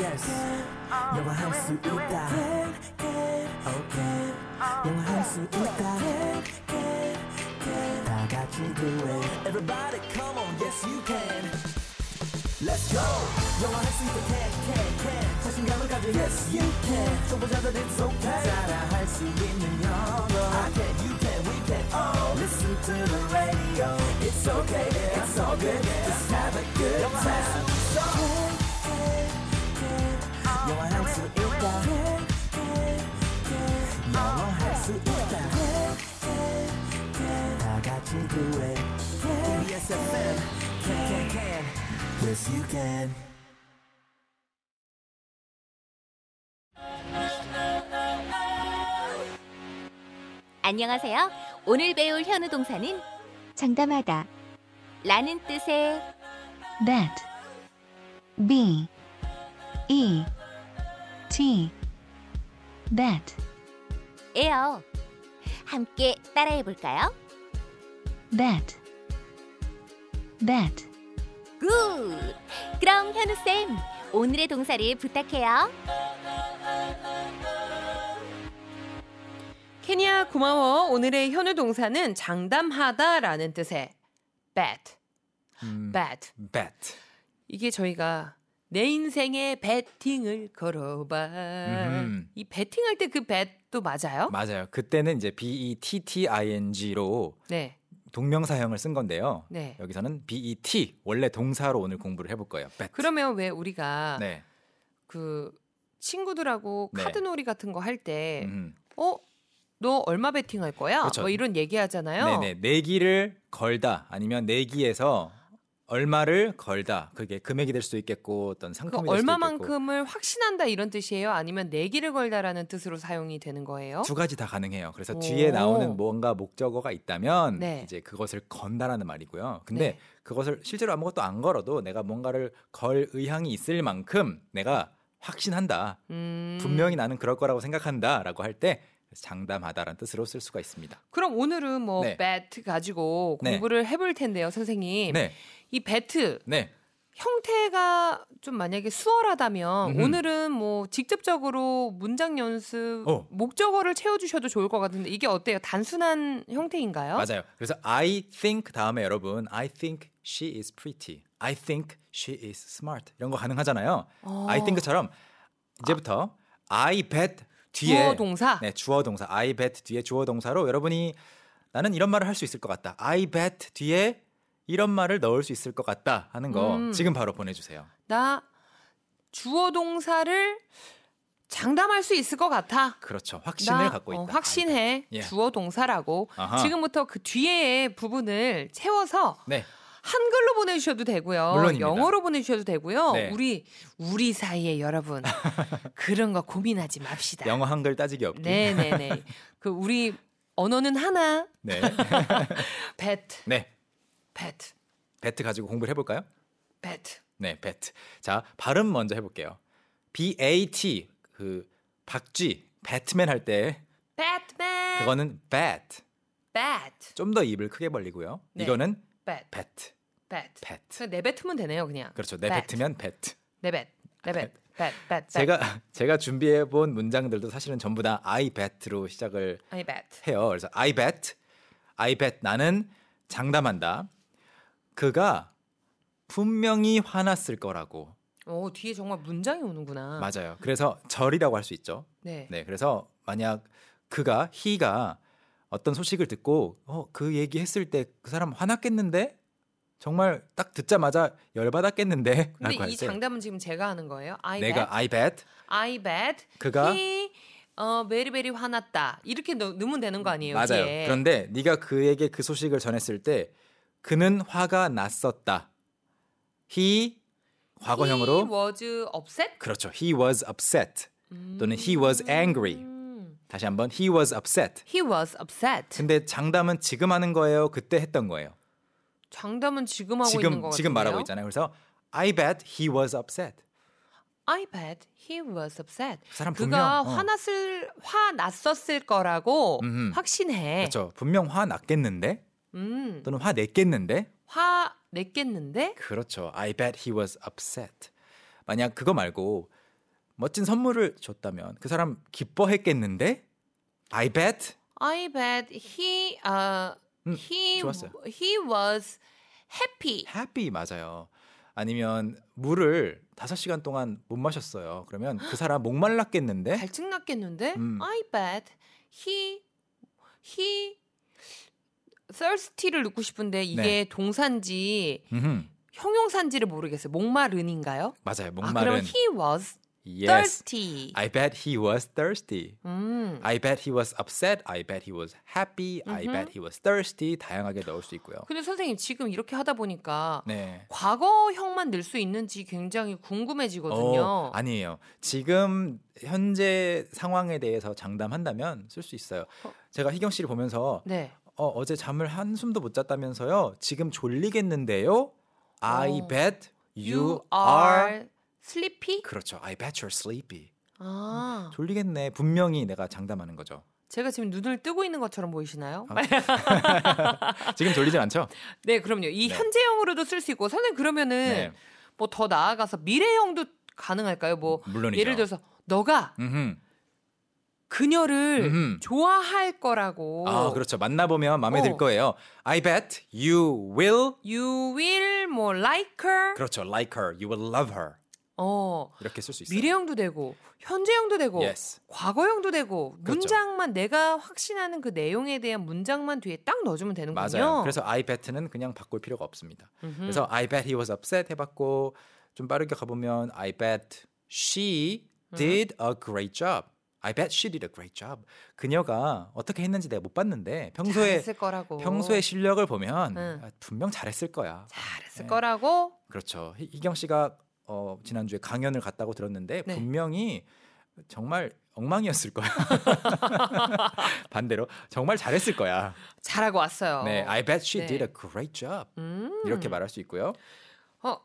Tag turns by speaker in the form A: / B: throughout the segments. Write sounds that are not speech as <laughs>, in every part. A: yes 영화할 수 있다 okay 영화할 수 있다 다 같이 do it everybody come on yes you can Let's go 영화할 수 있다 can can can 자신감을 가져 yes you can 초보자들 it's okay 따라할 수 있는 영어 I can you can we can all listen to the radio it's okay yeah, it's all good just have a good time 영화할 수 있다 영화할 수 있다 다 같이 do it KBS FM can can can yes you can
B: 안녕하세요. 오늘 배울 현우 동사는
C: 장담하다.
B: 라는 뜻의
C: bet. b. e. t. bet.
B: 에요. 함께 따라해 볼까요?
C: bet. bet.
B: 굿! 그럼 현우쌤, 오늘의 동사를 부탁해요.
D: 케냐 고마워. 오늘의 현우 동사는 장담하다라는 뜻의 bet,
E: 음,
D: bet.
E: bet.
D: 이게 저희가 내 인생에 베팅을 걸어봐.
E: 음흠.
D: 이 베팅할 때 그 bet도 맞아요?
E: 맞아요. 그때는 이제 b e t t i n g로
D: 네,
E: 동명사형을 쓴 건데요.
D: 네.
E: 여기서는 b e t 원래 동사로 오늘 공부를 해볼 거예요. bet.
D: 그러면 왜 우리가
E: 네.
D: 그 친구들하고
E: 네.
D: 카드놀이 같은 거 할 때,
E: 음.
D: 어? 너 얼마 베팅할 거야?
E: 그렇죠.
D: 뭐 이런 얘기하잖아요.
E: 네네. 내기를 걸다 아니면 내기에서 얼마를 걸다 그게 금액이 될 수도 있겠고 어떤
D: 그
E: 상품이 될 수도 있겠고
D: 얼마만큼을 확신한다 이런 뜻이에요? 아니면 내기를 걸다라는 뜻으로 사용이 되는 거예요?
E: 두 가지 다 가능해요. 그래서
D: 어? 오.
E: 뒤에 나오는 뭔가 목적어가 있다면
D: 네.
E: 이제 그것을 건다라는 말이고요. 근데
D: 네.
E: 그것을 실제로 아무것도 안 걸어도 내가 뭔가를 걸 의향이 있을 만큼 내가 확신한다.
D: 음.
E: 분명히 나는 그럴 거라고 생각한다라고 할 때 장담하다라는 뜻으로 쓸 수가 있습니다.
D: 그럼 오늘은 뭐
E: 네.
D: 배트 가지고
E: 네.
D: 공부를 해볼 텐데요, 선생님.
E: 네.
D: 이 배트
E: 네.
D: 형태가 좀 만약에 수월하다면
E: 음흠.
D: 오늘은 뭐 직접적으로 문장 연습
E: 어.
D: 목적어를 채워주셔도 좋을 것 같은데 이게 어때요? 단순한 형태인가요?
E: 맞아요. 그래서 I think 다음에 여러분 I think she is pretty. I think she is smart. 이런 거 가능하잖아요.
D: 어.
E: I think처럼 이제부터 I bet 뒤에
D: 주어 동사.
E: 네, 주어 동사. I bet 뒤에 주어 동사로 여러분이 나는 이런 말을 할 수 있을 것 같다. I bet 뒤에 이런 말을 넣을 수 있을 것 같다 하는 거
D: 음.
E: 지금 바로 보내 주세요.
D: 나 주어 동사를 장담할 수 있을 것 같아.
E: 그렇죠. 확신을
D: 나,
E: 갖고
D: 어,
E: 있다. I bet.
D: 확신해.
E: 예.
D: 주어 동사라고.
E: 아하.
D: 지금부터 그 뒤에 부분을 채워서
E: 네.
D: 한글로 보내주셔도 되고요.
E: 물론입니다.
D: 영어로 보내주셔도 되고요.
E: 네.
D: 우리 우리 사이에
E: <laughs>
D: 여러분 그런 거 고민하지 맙시다.
E: 영어 한글 따지기 없기.
D: 네. 네네네. 그 우리 언어는 하나.
E: 네.
D: bet,
E: 네.
D: bet,
E: bet 가지고 공부를 해 볼까요?
D: bet.
E: 네, bet. 자, 발음 먼저 해볼게요. B A T 그 박쥐 배트맨 할 때
D: Batman.
E: 그거는 bat
D: bat,
E: 좀 더 입을 크게 벌리고요.
D: 네.
E: 이거는
D: bet,
E: bet
D: bet.
E: bet
D: 그냥 내뱉으면 되네요, 그냥.
E: 그렇죠. 내
D: bet.
E: 배트면 bet.
D: 내뱉, 내뱉, bet, bet.
E: 제가 <laughs> 제가 준비해 본 문장들도 사실은 전부 다 I bet로 시작을
D: I bet.
E: 해요. 그래서 I bet, I bet 나는 장담한다. 그가 분명히 화났을 거라고.
D: 오 뒤에 정말 문장이 오는구나.
E: 맞아요. 그래서 절이라고 할 수 있죠.
D: 네.
E: 네, 그래서 만약 그가 he가 어떤 소식을 듣고 어, 그 얘기했을 때 그 사람 화났겠는데 정말 딱 듣자마자 열받았겠는데라고
D: 근데 이
E: 할때
D: 장담은 지금 제가 하는 거예요. I bet.
E: 아, 내가 I bet
D: I bet
E: 그가-
D: he 어 베리베리 화났다 이렇게 넣, 넣으면 되는 거 아니에요?
E: 맞아요.
D: 뒤에.
E: 그런데 네가 그에게 그 소식을 전했을 때 그는 화가 났었다. he 과거형으로
D: he was upset
E: 그렇죠. he was upset
D: 음.
E: 또는 he was angry.
D: 음.
E: 다시 한번 he was upset.
D: He was upset.
E: 근데 장담은 지금 하는 거예요. 그때 했던 거예요.
D: 장담은 지금 하고 있는 거
E: 지금
D: 같아요.
E: 지금 말하고 있잖아요. 그래서 I bet he was upset.
D: I bet he was upset.
E: 그 사람
D: 그가
E: 분명 어,
D: 화났을 화났었을 거라고
E: 음흠.
D: 확신해.
E: 그렇죠. 분명 화 났겠는데
D: 음.
E: 또는 화 냈겠는데.
D: 화 냈겠는데?
E: 그렇죠. I bet he was upset. 만약 그거 말고 멋진 선물을 줬다면 그 사람 기뻐했겠는데? I bet.
D: I bet he uh
E: 음,
D: he
E: 좋았어요.
D: he was happy.
E: happy 맞아요. 아니면 물을 5시간 동안 못 마셨어요. 그러면 그 사람 목말랐겠는데?
D: 갈증 났겠는데?
E: 음.
D: I bet he he thirsty를 넣고 싶은데 이게
E: 네.
D: 동사인지
E: 음흠,
D: 형용사인지를 모르겠어요. 목마른인가요?
E: 맞아요.
D: 아, 그럼
E: 목마른.
D: he was
E: yes.
D: thirsty.
E: I bet he was thirsty.
D: 음.
E: I bet he was upset. I bet he was happy.
D: 음흠.
E: I
D: 그
E: bet he was thirsty. 다양하게 넣을 수 있고요.
D: 근데 선생님 지금 이렇게 하다 보니까
E: 네.
D: 과거형만 늘 수 있는지 굉장히 궁금해지거든요.
E: 어, 아니에요. 지금 현재 상황에 대해서 장담한다면 쓸 수 있어요.
D: 어.
E: 제가 희경 씨를 보면서
D: 네.
E: 어, 어제 잠을 한숨도 못 잤다면서요. 지금 졸리겠는데요. I
D: 어.
E: bet
D: You
E: you,
D: are sleepy?
E: 그렇죠. I bet you're sleepy.
D: 아.
E: 졸리겠네. 분명히 내가 장담하는 거죠.
D: 제가 지금 눈을 뜨고 있는 것처럼 보이시나요?
E: 아. 지금 졸리진
D: <laughs>
E: 않죠?
D: 네, 그럼요. 이
E: 네.
D: 현재형으로도 쓸 수 있고 선생님 그러면은 뭐 더 나아가서 미래형도 가능할까요? 뭐
E: 물론이죠.
D: 예를 들어서 너가
E: 음흠.
D: 그녀를
E: 음흠.
D: 좋아할 거라고
E: 아, 그렇죠. 만나보면 마음에
D: 어.
E: 들 거예요. I bet you will
D: You will 뭐 like her.
E: 그렇죠. like her. You will love her.
D: 어.
E: 이렇게 쓸 수 있어요.
D: 미래형도 되고 현재형도 되고
E: Yes.
D: 과거형도 되고
E: 그렇죠.
D: 문장만 내가 확신하는 그 내용에 대한 문장만 뒤에 딱 넣어주면 되는군요.
E: 맞아요. 그래서 I bet는 그냥 바꿀 필요가 없습니다.
D: 음흠.
E: 그래서 I bet he was upset 해봤고 좀 빠르게 가보면 I bet she
D: 음.
E: did a great job. I bet she did a great job. 그녀가 어떻게 했는지 내가 못 봤는데 평소에
D: 잘했을 거라고.
E: 평소의 실력을 보면
D: 응.
E: 아, 분명 잘했을 거야.
D: 잘했을
E: 네.
D: 거라고.
E: 그렇죠. 희- 희경 씨가 어, 지난주에 강연을 갔다고 들었는데
D: 네.
E: 분명히 정말 엉망이었을
D: <laughs>
E: 거야. <laughs> 반대로 정말 잘했을 거야.
D: 잘하고 왔어요.
E: 네, I bet
D: 네.
E: she did a great job.
D: 음.
E: 이렇게 말할 수 있고요.
D: 어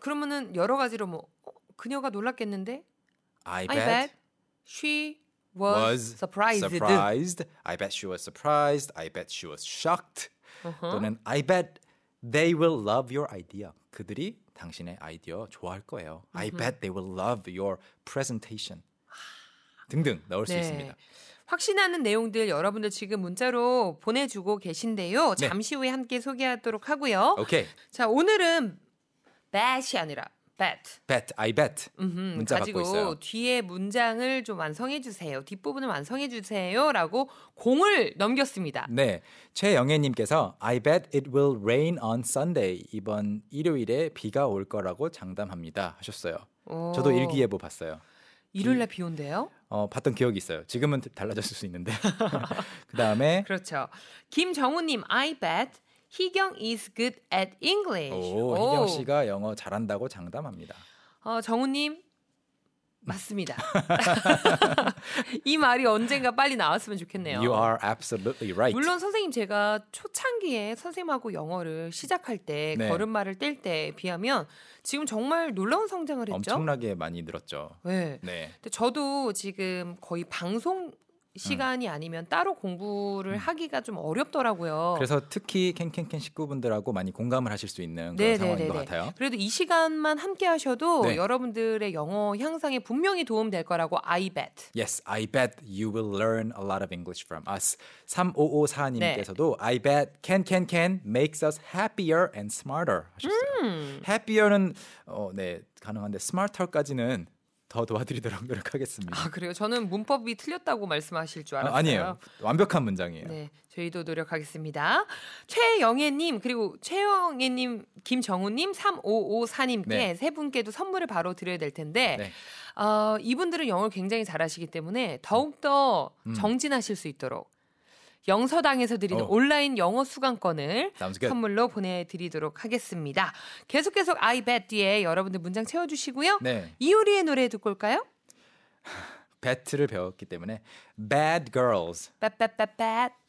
D: 그러면은 여러 가지로 뭐 어, 그녀가 놀랐겠는데
E: I,
D: I bet she was,
E: was
D: surprised.
E: surprised. I bet she was surprised. I bet she was shocked.
D: 어허.
E: 또는 I bet they will love your idea. 그들이 당신의 아이디어 좋아할 거예요. I bet they will love your presentation. 등등 넣을 수
D: 네.
E: 있습니다.
D: 확신하는 내용들 여러분들 지금 문자로 보내주고 계신데요.
E: 네.
D: 잠시 후에 함께 소개하도록 하고요.
E: 오케이.
D: 자 오늘은 bet이 아니라 bet
E: bet I bet.
D: 음흠,
E: 문자 받고 있어요.
D: 가지고 뒤에 문장을 좀 완성해 주세요. 뒷부분을 완성해 주세요라고 공을 넘겼습니다.
E: 네. 최영애 님께서 I bet it will rain on Sunday. 이번 일요일에 비가 올 거라고 장담합니다. 하셨어요.
D: 오,
E: 저도 일기예보 봤어요.
D: 일요일 날비 온대요.
E: 어, 봤던 기억이 있어요. 지금은 달라졌을 수 있는데. <laughs> 그다음에
D: 그렇죠. 김정우님, I bet 희경 is good at English.
E: 오, 희경 씨가 영어 잘한다고 장담합니다.
D: 어, 정우님
E: <laughs>
D: 맞습니다. 이 말이 언젠가 빨리 나왔으면 좋겠네요.
E: You are absolutely right.
D: 물론 선생님 제가 초창기에 선생님하고 영어를 시작할 때
E: 네.
D: 걸음마를 뗄 때 비하면 지금 정말 놀라운 성장을 했죠.
E: 엄청나게 많이 늘었죠.
D: 네.
E: 네.
D: 근데 저도 지금 거의 방송 시간이 아니면 따로 공부를 하기가 좀 어렵더라고요.
E: 음. 그래서 특히 캔캔캔 식구분들하고 많이 공감을 하실 수 있는
D: 네,
E: 그런 상황인 것 같아요.
D: 그래도 이 시간만 함께 하셔도
E: 네.
D: 여러분들의 영어 향상에 분명히 도움될 거라고 I bet.
E: Yes, I bet you will learn a lot of English from us.
D: 네.
E: 3554님께서도 I bet can can can makes us happier and smarter 하셨어요.
D: 음.
E: happier는 어, 네 가능한데 smarter까지는 더 도와드리도록 <laughs> 노력하겠습니다.
D: 아 그래요? 저는 문법이 틀렸다고 말씀하실 줄 알았어요.
E: 아, 니에요 완벽한 문장이에요.
D: 네, 저희도 노력하겠습니다. 최영애님 그리고 최영애님, 김정우님, 3554님께
E: 네.
D: 세 분께도 선물을 바로 드려야 될 텐데
E: 네.
D: 어, 이분들은 영어를 굉장히 잘하시기 때문에 더욱더 정진하실 수 있도록 영서당에서 드리는
E: 음. 어. 그러니까
D: 온라인 영어 수강권을
E: Sounds good.
D: 선물로 보내드리도록 하겠습니다. 계속 계속 I bet 뒤에 여러분들 문장 채워주시고요.
E: 네.
D: 이효리의 노래 듣고 올까요?
E: bet를 배웠기 때문에 bad girls
D: Bat bat bat bat.